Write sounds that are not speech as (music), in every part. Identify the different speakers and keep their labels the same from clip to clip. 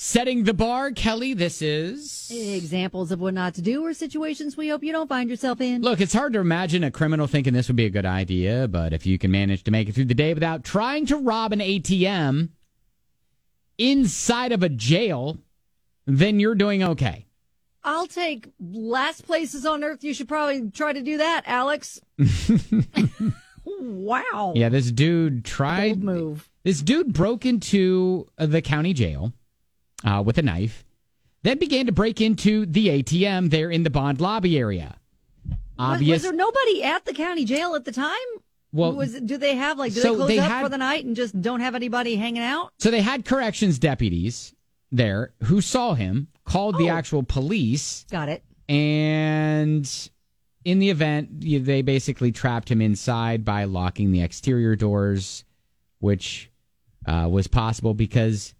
Speaker 1: Setting the bar, Kelly, this is.
Speaker 2: Examples of what not to do or situations we hope you don't find yourself in.
Speaker 1: Look, it's hard to imagine a criminal thinking this would be a good idea, but if you can manage to make it through the day without trying to rob an ATM inside of a jail, then you're doing okay.
Speaker 2: I'll take last places on earth. You should probably try to do that,
Speaker 1: (laughs)
Speaker 2: Alex. wow.
Speaker 1: Yeah, this dude tried.
Speaker 2: Bold move.
Speaker 1: This dude broke into the county jail uh, with a knife, then began to break into the ATM there in the Bond lobby area.
Speaker 2: Was,
Speaker 1: Obvious.
Speaker 2: was there nobody at the county jail at the time?
Speaker 1: Well,
Speaker 2: was do they have like do
Speaker 1: so
Speaker 2: they close
Speaker 1: they
Speaker 2: up
Speaker 1: had-
Speaker 2: for the night and just don't have anybody hanging out?
Speaker 1: So they had corrections deputies there who saw him, called the
Speaker 2: Oh.
Speaker 1: actual police,
Speaker 2: Got it.
Speaker 1: and in the event, you- they basically trapped him inside by locking the exterior doors, which uh, was possible because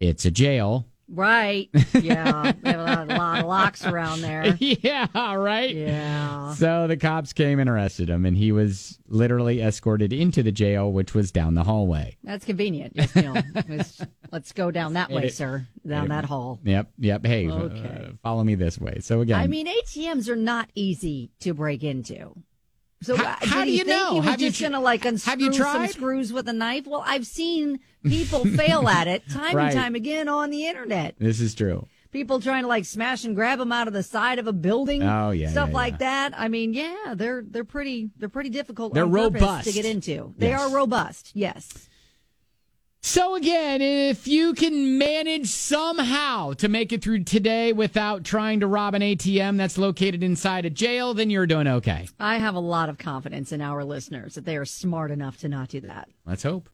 Speaker 1: it's a jail.
Speaker 2: Right. (laughs) Yeah. they have a lot, a lot of locks around there.
Speaker 1: (laughs) yeah, right?
Speaker 2: Yeah.
Speaker 1: So the cops came and arrested him, and he was literally escorted into the jail, which was down the hallway.
Speaker 2: That's convenient. Yes, Neil. Let's- Let's go down that way, sir. Down that hall.
Speaker 1: Yep, yep. Hey, uh,
Speaker 2: Okay.
Speaker 1: follow me this way. So again,
Speaker 2: I mean, ATMs are not easy to break into. So
Speaker 1: How-
Speaker 2: uh,
Speaker 1: how
Speaker 2: did
Speaker 1: do
Speaker 2: he
Speaker 1: you
Speaker 2: think
Speaker 1: know?
Speaker 2: he was
Speaker 1: Have you
Speaker 2: just
Speaker 1: tr-
Speaker 2: going to like unscrew
Speaker 1: have you
Speaker 2: some
Speaker 1: tried?
Speaker 2: screws with a knife? Well,
Speaker 1: (laughs)
Speaker 2: I've seen people fail at it time
Speaker 1: Right.
Speaker 2: and time again on the internet.
Speaker 1: this is true.
Speaker 2: People trying to like smash and grab them out of the side of a building.
Speaker 1: Oh, yeah,
Speaker 2: stuff
Speaker 1: yeah,
Speaker 2: like
Speaker 1: yeah.
Speaker 2: that. I mean, yeah, they're they're pretty they're pretty difficult.
Speaker 1: They're
Speaker 2: on purpose
Speaker 1: robust.
Speaker 2: to get into. They
Speaker 1: Yes.
Speaker 2: are robust. Yes.
Speaker 1: So again, if you can manage somehow to make it through today without trying to rob an ATM that's located inside a jail, then you're doing okay.
Speaker 2: I have a lot of confidence in our listeners that they are smart enough to not do that.
Speaker 1: Let's hope.